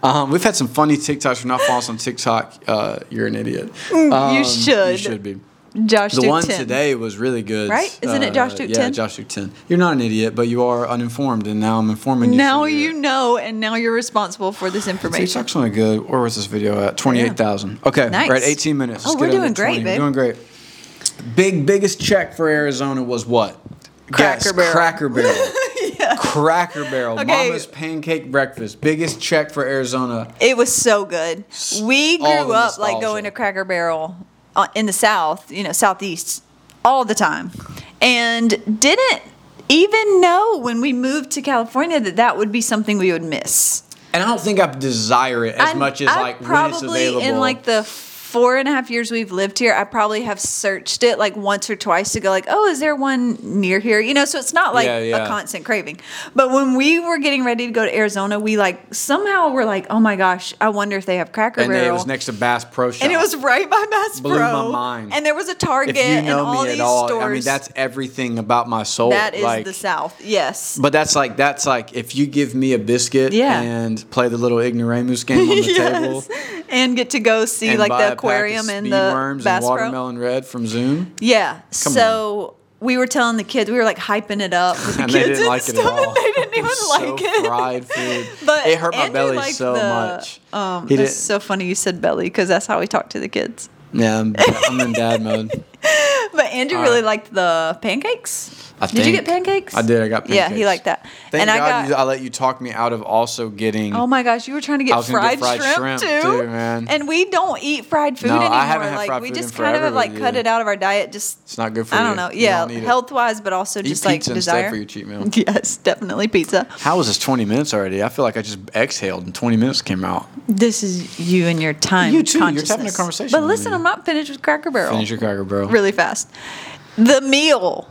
Speaker 1: Um, we've had some funny TikToks. If You're not following us on TikTok. Uh, you're an idiot. Um, You
Speaker 2: should.
Speaker 1: should be.
Speaker 2: Josh
Speaker 1: The one
Speaker 2: Duke 10.
Speaker 1: today was really good. Uh,
Speaker 2: Right? Isn't it Josh Duke
Speaker 1: Yeah,
Speaker 2: 10?
Speaker 1: Josh Duke 10. You're not an idiot, but you are uninformed, and now I'm informing you.
Speaker 2: Now
Speaker 1: for your-
Speaker 2: you know, and now you're responsible for this information.
Speaker 1: TikTok's not good. Where was this video at? Twenty-eight thousand. Okay,
Speaker 2: Nice.
Speaker 1: right. Eighteen minutes.
Speaker 2: Oh,
Speaker 1: Let's
Speaker 2: we're
Speaker 1: get under
Speaker 2: doing great,
Speaker 1: 20.
Speaker 2: babe.
Speaker 1: Doing great. Big biggest check for Arizona was what?
Speaker 2: Cracker
Speaker 1: Guess.
Speaker 2: Barrel.
Speaker 1: Cracker Barrel. Cracker Barrel.
Speaker 2: Okay.
Speaker 1: Mama's pancake breakfast. Biggest check for Arizona.
Speaker 2: It was so good. We grew
Speaker 1: all the
Speaker 2: up like
Speaker 1: nostalgia.
Speaker 2: going to Cracker Barrel uh, in the South, you know, Southeast, all the time, and didn't even know when we moved to California that that would be something we would miss.
Speaker 1: And I don't think I desire it as
Speaker 2: I-
Speaker 1: much as
Speaker 2: I
Speaker 1: like when it's
Speaker 2: probably
Speaker 1: available.
Speaker 2: in like the four and a half years we've lived here, I probably have searched it like once or twice to go like, oh, is there one near here? You know, so it's not like
Speaker 1: Yeah, yeah.
Speaker 2: a constant craving. But when we were getting ready to go to Arizona, we like somehow were like, oh my gosh, I wonder if they have Cracker
Speaker 1: and
Speaker 2: Barrel.
Speaker 1: it was next to Bass Pro Shop.
Speaker 2: And it was right by Bass
Speaker 1: Blew my
Speaker 2: Pro.
Speaker 1: mind.
Speaker 2: And there was a Target
Speaker 1: If you
Speaker 2: and
Speaker 1: know
Speaker 2: all
Speaker 1: me
Speaker 2: these
Speaker 1: at all,
Speaker 2: stores.
Speaker 1: I mean that's everything about my soul.
Speaker 2: that is
Speaker 1: like,
Speaker 2: the South. Yes.
Speaker 1: But that's like that's like if you give me a biscuit
Speaker 2: Yeah.
Speaker 1: and play the little ignoramus game on the table
Speaker 2: yes. And get to go see
Speaker 1: and
Speaker 2: like
Speaker 1: buy a
Speaker 2: the
Speaker 1: pack of
Speaker 2: aquarium and
Speaker 1: speed
Speaker 2: the
Speaker 1: worms
Speaker 2: Bass
Speaker 1: and
Speaker 2: Pro.
Speaker 1: watermelon red from Zoom.
Speaker 2: Yeah.
Speaker 1: Come
Speaker 2: so we were telling the kids, we were like hyping it up with the
Speaker 1: And they didn't
Speaker 2: kids and
Speaker 1: like it at
Speaker 2: stuff, and
Speaker 1: all.
Speaker 2: they didn't
Speaker 1: It
Speaker 2: even
Speaker 1: was so
Speaker 2: like it.
Speaker 1: fried food.
Speaker 2: But
Speaker 1: It hurt my
Speaker 2: Andrew
Speaker 1: belly
Speaker 2: liked
Speaker 1: so
Speaker 2: the-
Speaker 1: much.
Speaker 2: Um,
Speaker 1: He
Speaker 2: it's
Speaker 1: didn't-
Speaker 2: so funny you said belly because that's how we talk to the kids.
Speaker 1: Yeah, I'm, I'm in dad mode.
Speaker 2: But Andrew
Speaker 1: All
Speaker 2: really
Speaker 1: right.
Speaker 2: liked the pancakes.
Speaker 1: I
Speaker 2: did you get
Speaker 1: think.
Speaker 2: pancakes?
Speaker 1: I did. I got
Speaker 2: Yeah, he
Speaker 1: pancakes.
Speaker 2: liked that.
Speaker 1: Thank
Speaker 2: and
Speaker 1: God
Speaker 2: I got.
Speaker 1: you, I let you talk me out of also getting.
Speaker 2: Oh my gosh, you were trying to get,
Speaker 1: I was gonna
Speaker 2: fried,
Speaker 1: get fried
Speaker 2: shrimp,
Speaker 1: shrimp
Speaker 2: too,
Speaker 1: too, man.
Speaker 2: And we don't eat fried food
Speaker 1: No, I
Speaker 2: anymore.
Speaker 1: haven't had
Speaker 2: like
Speaker 1: fried
Speaker 2: we
Speaker 1: food
Speaker 2: just
Speaker 1: in
Speaker 2: kind
Speaker 1: forever,
Speaker 2: of like
Speaker 1: but
Speaker 2: cut
Speaker 1: yeah.
Speaker 2: it out of our diet. Just
Speaker 1: It's not good for
Speaker 2: I
Speaker 1: you.
Speaker 2: don't know.
Speaker 1: You
Speaker 2: Yeah,
Speaker 1: don't need it.
Speaker 2: health wise, but also
Speaker 1: Eat
Speaker 2: just
Speaker 1: pizza
Speaker 2: like
Speaker 1: instead
Speaker 2: desire.
Speaker 1: for your cheat meal.
Speaker 2: Yes, definitely pizza.
Speaker 1: How was this 20 minutes already? I feel like I just exhaled and 20 minutes came out.
Speaker 2: This is you and your time.
Speaker 1: You too. You're having a
Speaker 2: consciousness.
Speaker 1: conversation
Speaker 2: But
Speaker 1: with
Speaker 2: listen,
Speaker 1: me.
Speaker 2: I'm not finished with Cracker Barrel.
Speaker 1: Finish your cracker, bro.
Speaker 2: really fast. The meal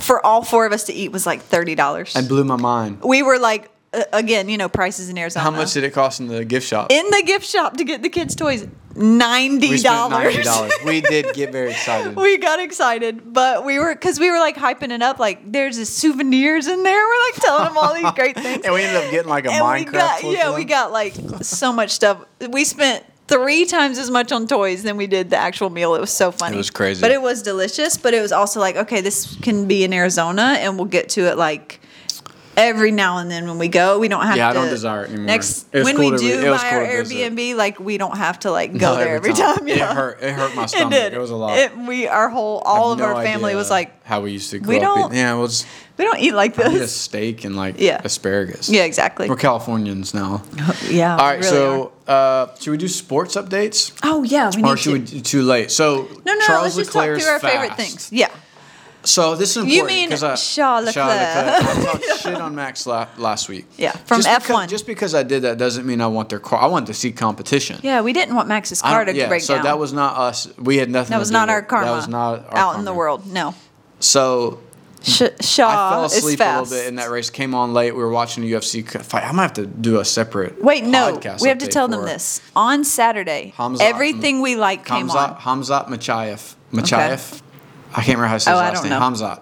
Speaker 2: for all four of us to eat was like thirty dollars.
Speaker 1: It blew my mind.
Speaker 2: We were like, uh, again, you know, prices in Arizona.
Speaker 1: How much did it cost in the gift shop?
Speaker 2: in the gift shop to get the kids toys? Ninety
Speaker 1: we spent
Speaker 2: dollars.
Speaker 1: $90. we did get very excited.
Speaker 2: we got excited, but we were because we were like hyping it up. Like there's this souvenirs in there. We're like telling them all these great things.
Speaker 1: and we ended up getting like a
Speaker 2: And
Speaker 1: Minecraft.
Speaker 2: we got
Speaker 1: toy
Speaker 2: yeah,
Speaker 1: for
Speaker 2: we
Speaker 1: them.
Speaker 2: got like so much stuff. We spent three times as much on toys than we did the actual meal. It was so funny.
Speaker 1: It was crazy.
Speaker 2: but it was delicious. But it was also like okay, this can be in Arizona, and we'll get to it like. Every now and then when we go, we don't have
Speaker 1: Yeah, I
Speaker 2: to.
Speaker 1: don't desire it anymore.
Speaker 2: Next,
Speaker 1: It was
Speaker 2: when
Speaker 1: cool
Speaker 2: we
Speaker 1: to
Speaker 2: do
Speaker 1: re- it was
Speaker 2: buy
Speaker 1: cool
Speaker 2: our
Speaker 1: to visit.
Speaker 2: Airbnb, like we don't have to like go
Speaker 1: No,
Speaker 2: there every time. yeah.
Speaker 1: It hurt. It hurt my
Speaker 2: It
Speaker 1: stomach. It,
Speaker 2: did.
Speaker 1: was a lot.
Speaker 2: It, we, our whole, all of
Speaker 1: no
Speaker 2: our family
Speaker 1: idea
Speaker 2: was like,
Speaker 1: how we used to. Grow
Speaker 2: "We
Speaker 1: Up.
Speaker 2: don't-
Speaker 1: eating." Yeah, we'll just
Speaker 2: we don't eat like
Speaker 1: eat a
Speaker 2: this.
Speaker 1: steak and like
Speaker 2: Yeah.
Speaker 1: asparagus.
Speaker 2: Yeah, exactly.
Speaker 1: We're Californians now.
Speaker 2: Yeah.
Speaker 1: All right,
Speaker 2: really are.
Speaker 1: so uh, should we do sports updates,
Speaker 2: Oh yeah, we need
Speaker 1: or should we
Speaker 2: to-
Speaker 1: do too late? So
Speaker 2: No, no,
Speaker 1: Charles
Speaker 2: let's just
Speaker 1: Leclerc's
Speaker 2: talk through our favorite
Speaker 1: fast.
Speaker 2: things. Yeah.
Speaker 1: So this is important.
Speaker 2: You mean
Speaker 1: 'cause I,
Speaker 2: Charles
Speaker 1: I talked shit on Max la- last week.
Speaker 2: Yeah, from
Speaker 1: just
Speaker 2: F1.
Speaker 1: because- just because I did that doesn't mean I want their car. I want to see competition.
Speaker 2: Yeah, we didn't want Max's
Speaker 1: I
Speaker 2: car to
Speaker 1: don't- yeah,
Speaker 2: break
Speaker 1: so
Speaker 2: down.
Speaker 1: that was not us. We had nothing.
Speaker 2: That
Speaker 1: to
Speaker 2: was
Speaker 1: do
Speaker 2: not
Speaker 1: with
Speaker 2: our
Speaker 1: it.
Speaker 2: karma.
Speaker 1: That was not our
Speaker 2: out in
Speaker 1: karma.
Speaker 2: the world. No.
Speaker 1: So
Speaker 2: Sh-
Speaker 1: I
Speaker 2: Shaw
Speaker 1: fell
Speaker 2: is
Speaker 1: asleep a
Speaker 2: fast.
Speaker 1: little bit in that race. Came on late. We were watching a UFC c- fight. I might have to do a separate.
Speaker 2: Wait, no.
Speaker 1: podcast
Speaker 2: We have to
Speaker 1: update
Speaker 2: tell them
Speaker 1: for
Speaker 2: this on Saturday.
Speaker 1: Hamza- mm,
Speaker 2: everything we like came
Speaker 1: Hamzat
Speaker 2: on.
Speaker 1: Hamzat Machayev. Machayev. I can't remember how to say
Speaker 2: Oh,
Speaker 1: his
Speaker 2: I
Speaker 1: last
Speaker 2: don't
Speaker 1: name.
Speaker 2: know.
Speaker 1: Hamzat.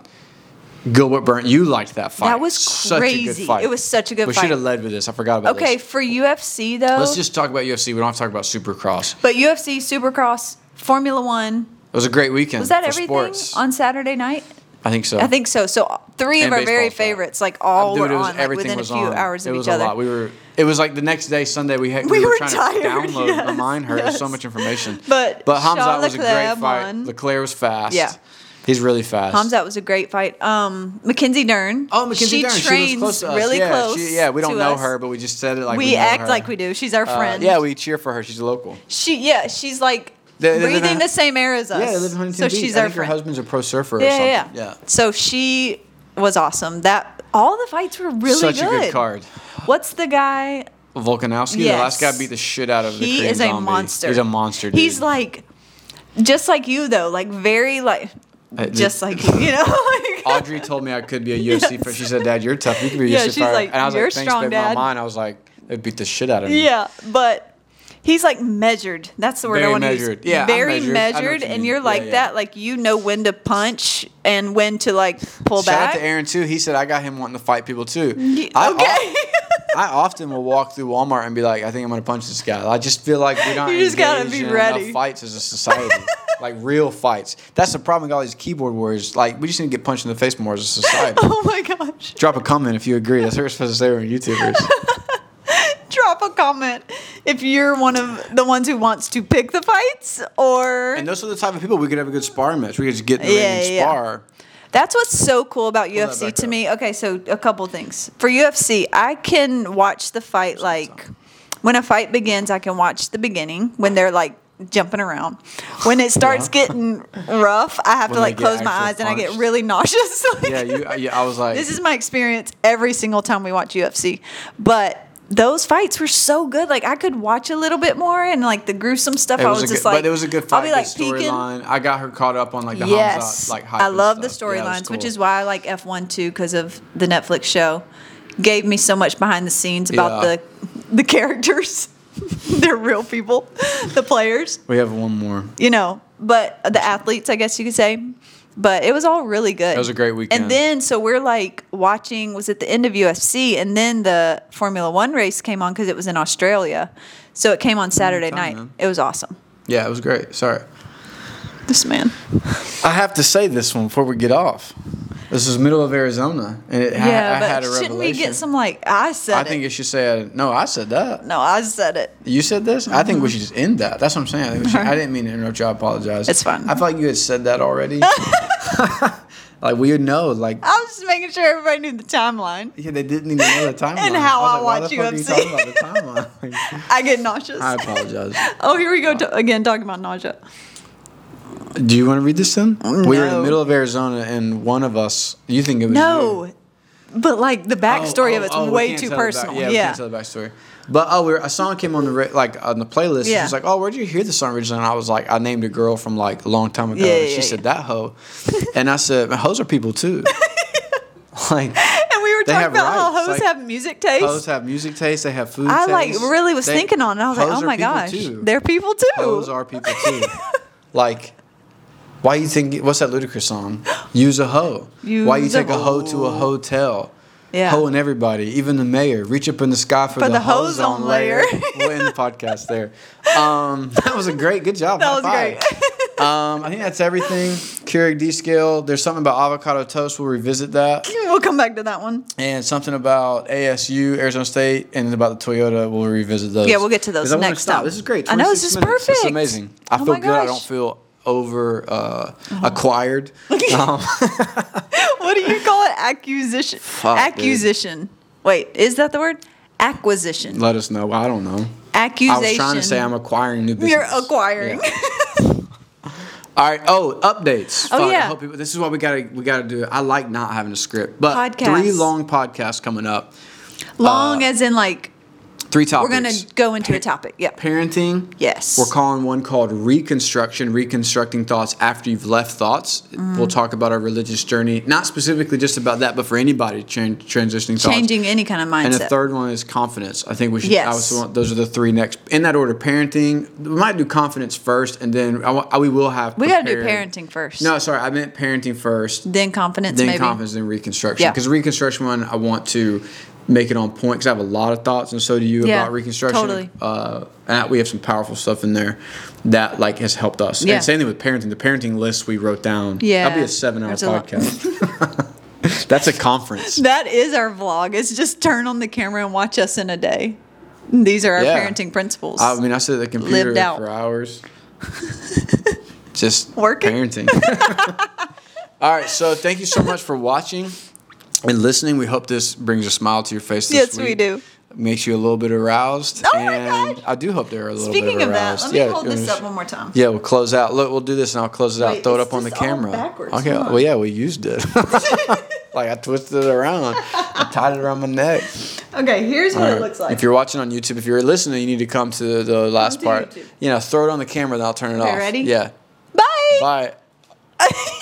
Speaker 1: Gilbert Burton, you liked that fight.
Speaker 2: That was
Speaker 1: Such A
Speaker 2: crazy.
Speaker 1: good fight.
Speaker 2: It was such a good
Speaker 1: we
Speaker 2: fight.
Speaker 1: should have led with this. I forgot about
Speaker 2: Okay,
Speaker 1: this.
Speaker 2: for UFC though.
Speaker 1: Let's just talk about UFC. We don't have to talk about Supercross.
Speaker 2: but UFC, Supercross, Formula One.
Speaker 1: It was a great weekend.
Speaker 2: Was that
Speaker 1: for
Speaker 2: everything
Speaker 1: sports.
Speaker 2: on Saturday night?
Speaker 1: I think so.
Speaker 2: I think so. So three
Speaker 1: And
Speaker 2: of our
Speaker 1: baseball
Speaker 2: very
Speaker 1: stuff.
Speaker 2: favorites, like all
Speaker 1: Dude,
Speaker 2: were
Speaker 1: it was
Speaker 2: on like,
Speaker 1: everything
Speaker 2: within a
Speaker 1: was
Speaker 2: few
Speaker 1: on.
Speaker 2: hours of
Speaker 1: it
Speaker 2: each
Speaker 1: was
Speaker 2: other.
Speaker 1: a lot. We were. It was like the next day, Sunday. We had,
Speaker 2: We were
Speaker 1: trying
Speaker 2: tired,
Speaker 1: to download. My
Speaker 2: yes.
Speaker 1: mind hurt
Speaker 2: Yes.
Speaker 1: so much information.
Speaker 2: But
Speaker 1: but Hamzat
Speaker 2: Charles
Speaker 1: was a great
Speaker 2: Leclerc
Speaker 1: fight.
Speaker 2: won.
Speaker 1: Leclerc was fast.
Speaker 2: Yeah.
Speaker 1: he's really fast.
Speaker 2: Hamzat was a great fight. Um, Mackenzie Dern.
Speaker 1: Oh, Mackenzie
Speaker 2: she
Speaker 1: Dern.
Speaker 2: Trains
Speaker 1: she was close to us.
Speaker 2: Really
Speaker 1: yeah,
Speaker 2: close.
Speaker 1: She, yeah, we don't
Speaker 2: to
Speaker 1: know
Speaker 2: us.
Speaker 1: her, but we just said it like
Speaker 2: we,
Speaker 1: we know
Speaker 2: act
Speaker 1: her.
Speaker 2: like we do. She's our
Speaker 1: Uh,
Speaker 2: friend.
Speaker 1: yeah, we cheer for her. She's local.
Speaker 2: She yeah, she's like
Speaker 1: They- they live in
Speaker 2: breathing
Speaker 1: Hun-
Speaker 2: the same air as us.
Speaker 1: Yeah, they live in Huntington
Speaker 2: so
Speaker 1: Beach.
Speaker 2: she's
Speaker 1: I
Speaker 2: our
Speaker 1: think her
Speaker 2: friend.
Speaker 1: husband's a pro surfer or
Speaker 2: yeah,
Speaker 1: something.
Speaker 2: yeah, yeah. So she was awesome. That all the fights were really
Speaker 1: Such
Speaker 2: good.
Speaker 1: a good card.
Speaker 2: What's the guy?
Speaker 1: Volkanovski, the last guy
Speaker 2: Yes.
Speaker 1: beat the shit out of the
Speaker 2: he
Speaker 1: Korean
Speaker 2: is a
Speaker 1: zombie.
Speaker 2: monster.
Speaker 1: He's a monster, dude.
Speaker 2: He's like, just like you though, like very like,
Speaker 1: Uh, the-
Speaker 2: just like you, you know. like-
Speaker 1: Audrey told me I could be a UFC fighter. She said, "Dad, you're tough. You could be a
Speaker 2: Yeah,
Speaker 1: UFC
Speaker 2: she's
Speaker 1: fighter."
Speaker 2: like,
Speaker 1: and I was
Speaker 2: "You're
Speaker 1: like, "Thanks,
Speaker 2: strong,
Speaker 1: babe."
Speaker 2: Dad.
Speaker 1: In my mind, I was like, "They beat the shit out of me."
Speaker 2: Yeah, but he's like measured. That's the word
Speaker 1: Very
Speaker 2: I want
Speaker 1: measured.
Speaker 2: to use.
Speaker 1: Yeah, I'm
Speaker 2: very
Speaker 1: measured. I know what you mean.
Speaker 2: and you're
Speaker 1: Yeah,
Speaker 2: like
Speaker 1: yeah.
Speaker 2: that. Like you know when to punch and when to like pull
Speaker 1: Shout
Speaker 2: back.
Speaker 1: out to Aaron too. He said I got him wanting to fight people too.
Speaker 2: Ye-
Speaker 1: I
Speaker 2: okay.
Speaker 1: of- I often will walk through Walmart and be like, I think I'm gonna punch this guy. I just feel like we don't
Speaker 2: You just gotta be ready.
Speaker 1: enough fights as a society, like real fights. That's the problem with all these keyboard warriors. Like we just need to get punched in the face more as a society.
Speaker 2: Oh my gosh!
Speaker 1: Drop a comment if you agree. That's what we're supposed to say. We're YouTubers.
Speaker 2: Drop a comment if you're one of the ones who wants to pick the fights, or
Speaker 1: and those are the type of people we could have a good sparring match. We could just get in the
Speaker 2: Yeah,
Speaker 1: ring and
Speaker 2: yeah, yeah.
Speaker 1: spar.
Speaker 2: That's what's so cool about
Speaker 1: that
Speaker 2: UFC
Speaker 1: back
Speaker 2: to
Speaker 1: up.
Speaker 2: me. Okay, so a couple things. For UFC, I can watch the fight like when a fight begins, I can watch the beginning when they're like jumping around. When it starts
Speaker 1: Yeah.
Speaker 2: getting rough, I have
Speaker 1: When
Speaker 2: to
Speaker 1: they
Speaker 2: like
Speaker 1: get
Speaker 2: close my
Speaker 1: actual
Speaker 2: eyes and I get
Speaker 1: punched.
Speaker 2: really nauseous. Like,
Speaker 1: Yeah, you, I- yeah, I was like,
Speaker 2: this is my experience every single time we watch UFC. But those fights were so good. Like I could watch a little bit more and like the gruesome stuff.
Speaker 1: it
Speaker 2: I
Speaker 1: was,
Speaker 2: was
Speaker 1: a
Speaker 2: just
Speaker 1: good,
Speaker 2: like,
Speaker 1: but it was a good
Speaker 2: I'll
Speaker 1: fight,
Speaker 2: be
Speaker 1: good
Speaker 2: like peeking.
Speaker 1: storyline. I got her caught up on like the Hamzat, like hype
Speaker 2: I
Speaker 1: and
Speaker 2: love the
Speaker 1: stuff. Yeah, it was
Speaker 2: storylines, which
Speaker 1: cool.
Speaker 2: is why I like F1 too because of the Netflix show. Gave me so much behind the scenes about
Speaker 1: Yeah.
Speaker 2: the the characters. They're real people, the players,
Speaker 1: We have one more.
Speaker 2: you know, but the athletes, I guess you could say. But it was all really good. It
Speaker 1: was a great weekend.
Speaker 2: And then, so we're like watching, was at the end of UFC, and then the Formula One race came on because it was in Australia. So it came on Saturday
Speaker 1: time,
Speaker 2: night.
Speaker 1: man.
Speaker 2: It was awesome.
Speaker 1: Yeah, it was great. Sorry.
Speaker 2: This man.
Speaker 1: I have to say this one before we get off. This is middle of Arizona, and it, I- I,
Speaker 2: yeah, but
Speaker 1: had a
Speaker 2: shouldn't
Speaker 1: revelation.
Speaker 2: we get some like I said
Speaker 1: I
Speaker 2: it?
Speaker 1: think it should say, uh, "No, I said that."
Speaker 2: no, I said it.
Speaker 1: You said this. I think we should just end that. That's what I'm saying. I, think we should, I
Speaker 2: Alright.
Speaker 1: didn't mean to interrupt you. I apologize.
Speaker 2: It's fine.
Speaker 1: I feel like you had said that already. like we would know. Like
Speaker 2: I was just making sure everybody knew the timeline.
Speaker 1: yeah, they didn't even know the timeline.
Speaker 2: And how
Speaker 1: I,
Speaker 2: I
Speaker 1: was like,
Speaker 2: watch
Speaker 1: why the fuck Are you
Speaker 2: UFC.
Speaker 1: talking about the timeline?
Speaker 2: I get nauseous.
Speaker 1: I apologize.
Speaker 2: Oh, here we go to, again talking about nausea.
Speaker 1: Do you want to read this then? We were in the
Speaker 2: No.
Speaker 1: middle of Arizona, and one of us. You think it was you.
Speaker 2: No, but like the
Speaker 1: Oh,
Speaker 2: backstory of
Speaker 1: oh,
Speaker 2: it's
Speaker 1: oh, we
Speaker 2: way
Speaker 1: can't
Speaker 2: too
Speaker 1: tell the back-
Speaker 2: personal.
Speaker 1: yeah,
Speaker 2: yeah,
Speaker 1: we can't tell the backstory. But oh, we were, a song came on the ra- like on the playlist. She
Speaker 2: Yeah.
Speaker 1: was like, "Oh, where'd you hear the song originally?" And I was like, "I named a girl from like a long time ago."
Speaker 2: Yeah,
Speaker 1: and she
Speaker 2: yeah,
Speaker 1: said
Speaker 2: yeah.
Speaker 1: that hoe, and I said, "Man, "Hoes are people too." like
Speaker 2: and we were
Speaker 1: They
Speaker 2: talking
Speaker 1: have
Speaker 2: about how
Speaker 1: rights,
Speaker 2: hoes
Speaker 1: like,
Speaker 2: have music taste.
Speaker 1: hoes have music taste. They have food.
Speaker 2: I like
Speaker 1: taste.
Speaker 2: really was
Speaker 1: They-
Speaker 2: thinking on it. I was like,
Speaker 1: hoes
Speaker 2: oh
Speaker 1: are
Speaker 2: my
Speaker 1: people,
Speaker 2: gosh,
Speaker 1: too.
Speaker 2: they're people too.
Speaker 1: Hoes are people too. like, why you think? What's that ludicrous song? Use a hoe. why you
Speaker 2: Use a
Speaker 1: take a hoe to a hotel?
Speaker 2: Yeah.
Speaker 1: Hoeing everybody, even the mayor. Reach up in the sky for,
Speaker 2: For
Speaker 1: the,
Speaker 2: the
Speaker 1: hose on
Speaker 2: hozone
Speaker 1: layer.
Speaker 2: layer.
Speaker 1: we'll end the podcast there. Um, that was a great, good job.
Speaker 2: That
Speaker 1: High
Speaker 2: was
Speaker 1: five. um, I think that's everything. Keurig D scale. There's something about avocado toast. We'll revisit that
Speaker 2: We'll come back to that one.
Speaker 1: and something about ASU, Arizona State, and about the Toyota. We'll revisit those.
Speaker 2: Yeah, we'll get to those
Speaker 1: 'Cause I wanna
Speaker 2: next
Speaker 1: stop.
Speaker 2: time.
Speaker 1: This is great.
Speaker 2: I know, this
Speaker 1: 26
Speaker 2: is
Speaker 1: minutes. This is
Speaker 2: perfect.
Speaker 1: amazing. I
Speaker 2: Oh
Speaker 1: feel
Speaker 2: my
Speaker 1: good. I
Speaker 2: gosh. Uh-huh.
Speaker 1: don't feel over uh, acquired. um,
Speaker 2: What do you call it? Acquisition.
Speaker 1: Fuck, dude.
Speaker 2: Acquisition. Wait, is that the word? Acquisition.
Speaker 1: let us know. I don't know.
Speaker 2: Accusation.
Speaker 1: I was trying to say I'm acquiring new business.
Speaker 2: You're acquiring.
Speaker 1: Yeah. All right. Oh, updates.
Speaker 2: Oh,
Speaker 1: Fuck, I
Speaker 2: yeah.
Speaker 1: hope people, this is why we gotta we gotta do it. I like not having a script, but
Speaker 2: Podcasts.
Speaker 1: three long podcasts coming up. Uh,
Speaker 2: Long as in like
Speaker 1: Three topics.
Speaker 2: we're gonna go into a topic. Yep.
Speaker 1: parenting.
Speaker 2: Yes.
Speaker 1: We're calling one called Reconstruction, Reconstructing Thoughts After You've Left Thoughts.
Speaker 2: Mm.
Speaker 1: We'll talk about our religious journey, not specifically just about that, but for anybody tran- transitioning thoughts.
Speaker 2: changing any kind of mindset.
Speaker 1: And the third one is confidence. I think we should. I
Speaker 2: Yes.
Speaker 1: also want, those are the three next in that order. Parenting. We might do confidence first, and then I, wa- I- we will have.
Speaker 2: we gotta do
Speaker 1: prepared-
Speaker 2: parenting first.
Speaker 1: No, sorry, I meant parenting first,
Speaker 2: Then confidence.
Speaker 1: then
Speaker 2: maybe.
Speaker 1: confidence, then reconstruction.
Speaker 2: Yeah.
Speaker 1: Because reconstruction one, I want to make it on point because I have a lot of thoughts, and so do you
Speaker 2: Yeah,
Speaker 1: about reconstruction.
Speaker 2: totally.
Speaker 1: Uh, and we have some powerful stuff in there that like has helped us.
Speaker 2: Yeah.
Speaker 1: And same thing with parenting. The parenting list we wrote down.
Speaker 2: Yeah.
Speaker 1: that'll be a seven-hour
Speaker 2: That's a lot.
Speaker 1: podcast. That's a conference.
Speaker 2: That is our vlog. It's just turn on the camera and watch us in a day. These are our
Speaker 1: Yeah.
Speaker 2: parenting principles.
Speaker 1: I mean, I sit at the computer
Speaker 2: Lived out.
Speaker 1: for hours. Just
Speaker 2: Working.
Speaker 1: parenting. All right, so thank you so much for watching and listening. We hope this brings a smile to your face. This
Speaker 2: Yes, we
Speaker 1: week.
Speaker 2: do.
Speaker 1: Makes you a little bit aroused.
Speaker 2: Oh my
Speaker 1: and
Speaker 2: gosh.
Speaker 1: I do hope they're a little
Speaker 2: Speaking
Speaker 1: bit
Speaker 2: of that,
Speaker 1: aroused.
Speaker 2: let me
Speaker 1: Yeah,
Speaker 2: hold
Speaker 1: it
Speaker 2: this
Speaker 1: was-
Speaker 2: up one more time.
Speaker 1: Yeah, we'll close out. Look, we'll do this, and I'll close it out.
Speaker 2: Wait,
Speaker 1: Throw it
Speaker 2: it's
Speaker 1: up on the
Speaker 2: just all
Speaker 1: camera.
Speaker 2: backwards.
Speaker 1: Okay.
Speaker 2: Hold on.
Speaker 1: Well, yeah, we used it. like I twisted it around. I tied it around my neck.
Speaker 2: Okay, here's what it looks like.
Speaker 1: If you're watching on YouTube, if you're listening, you need to come to the last
Speaker 2: to
Speaker 1: part.
Speaker 2: YouTube.
Speaker 1: You know, throw it on the camera, then I'll turn it
Speaker 2: Okay,
Speaker 1: off.
Speaker 2: ready?
Speaker 1: Yeah.
Speaker 2: Bye.
Speaker 1: Bye.
Speaker 2: Bye.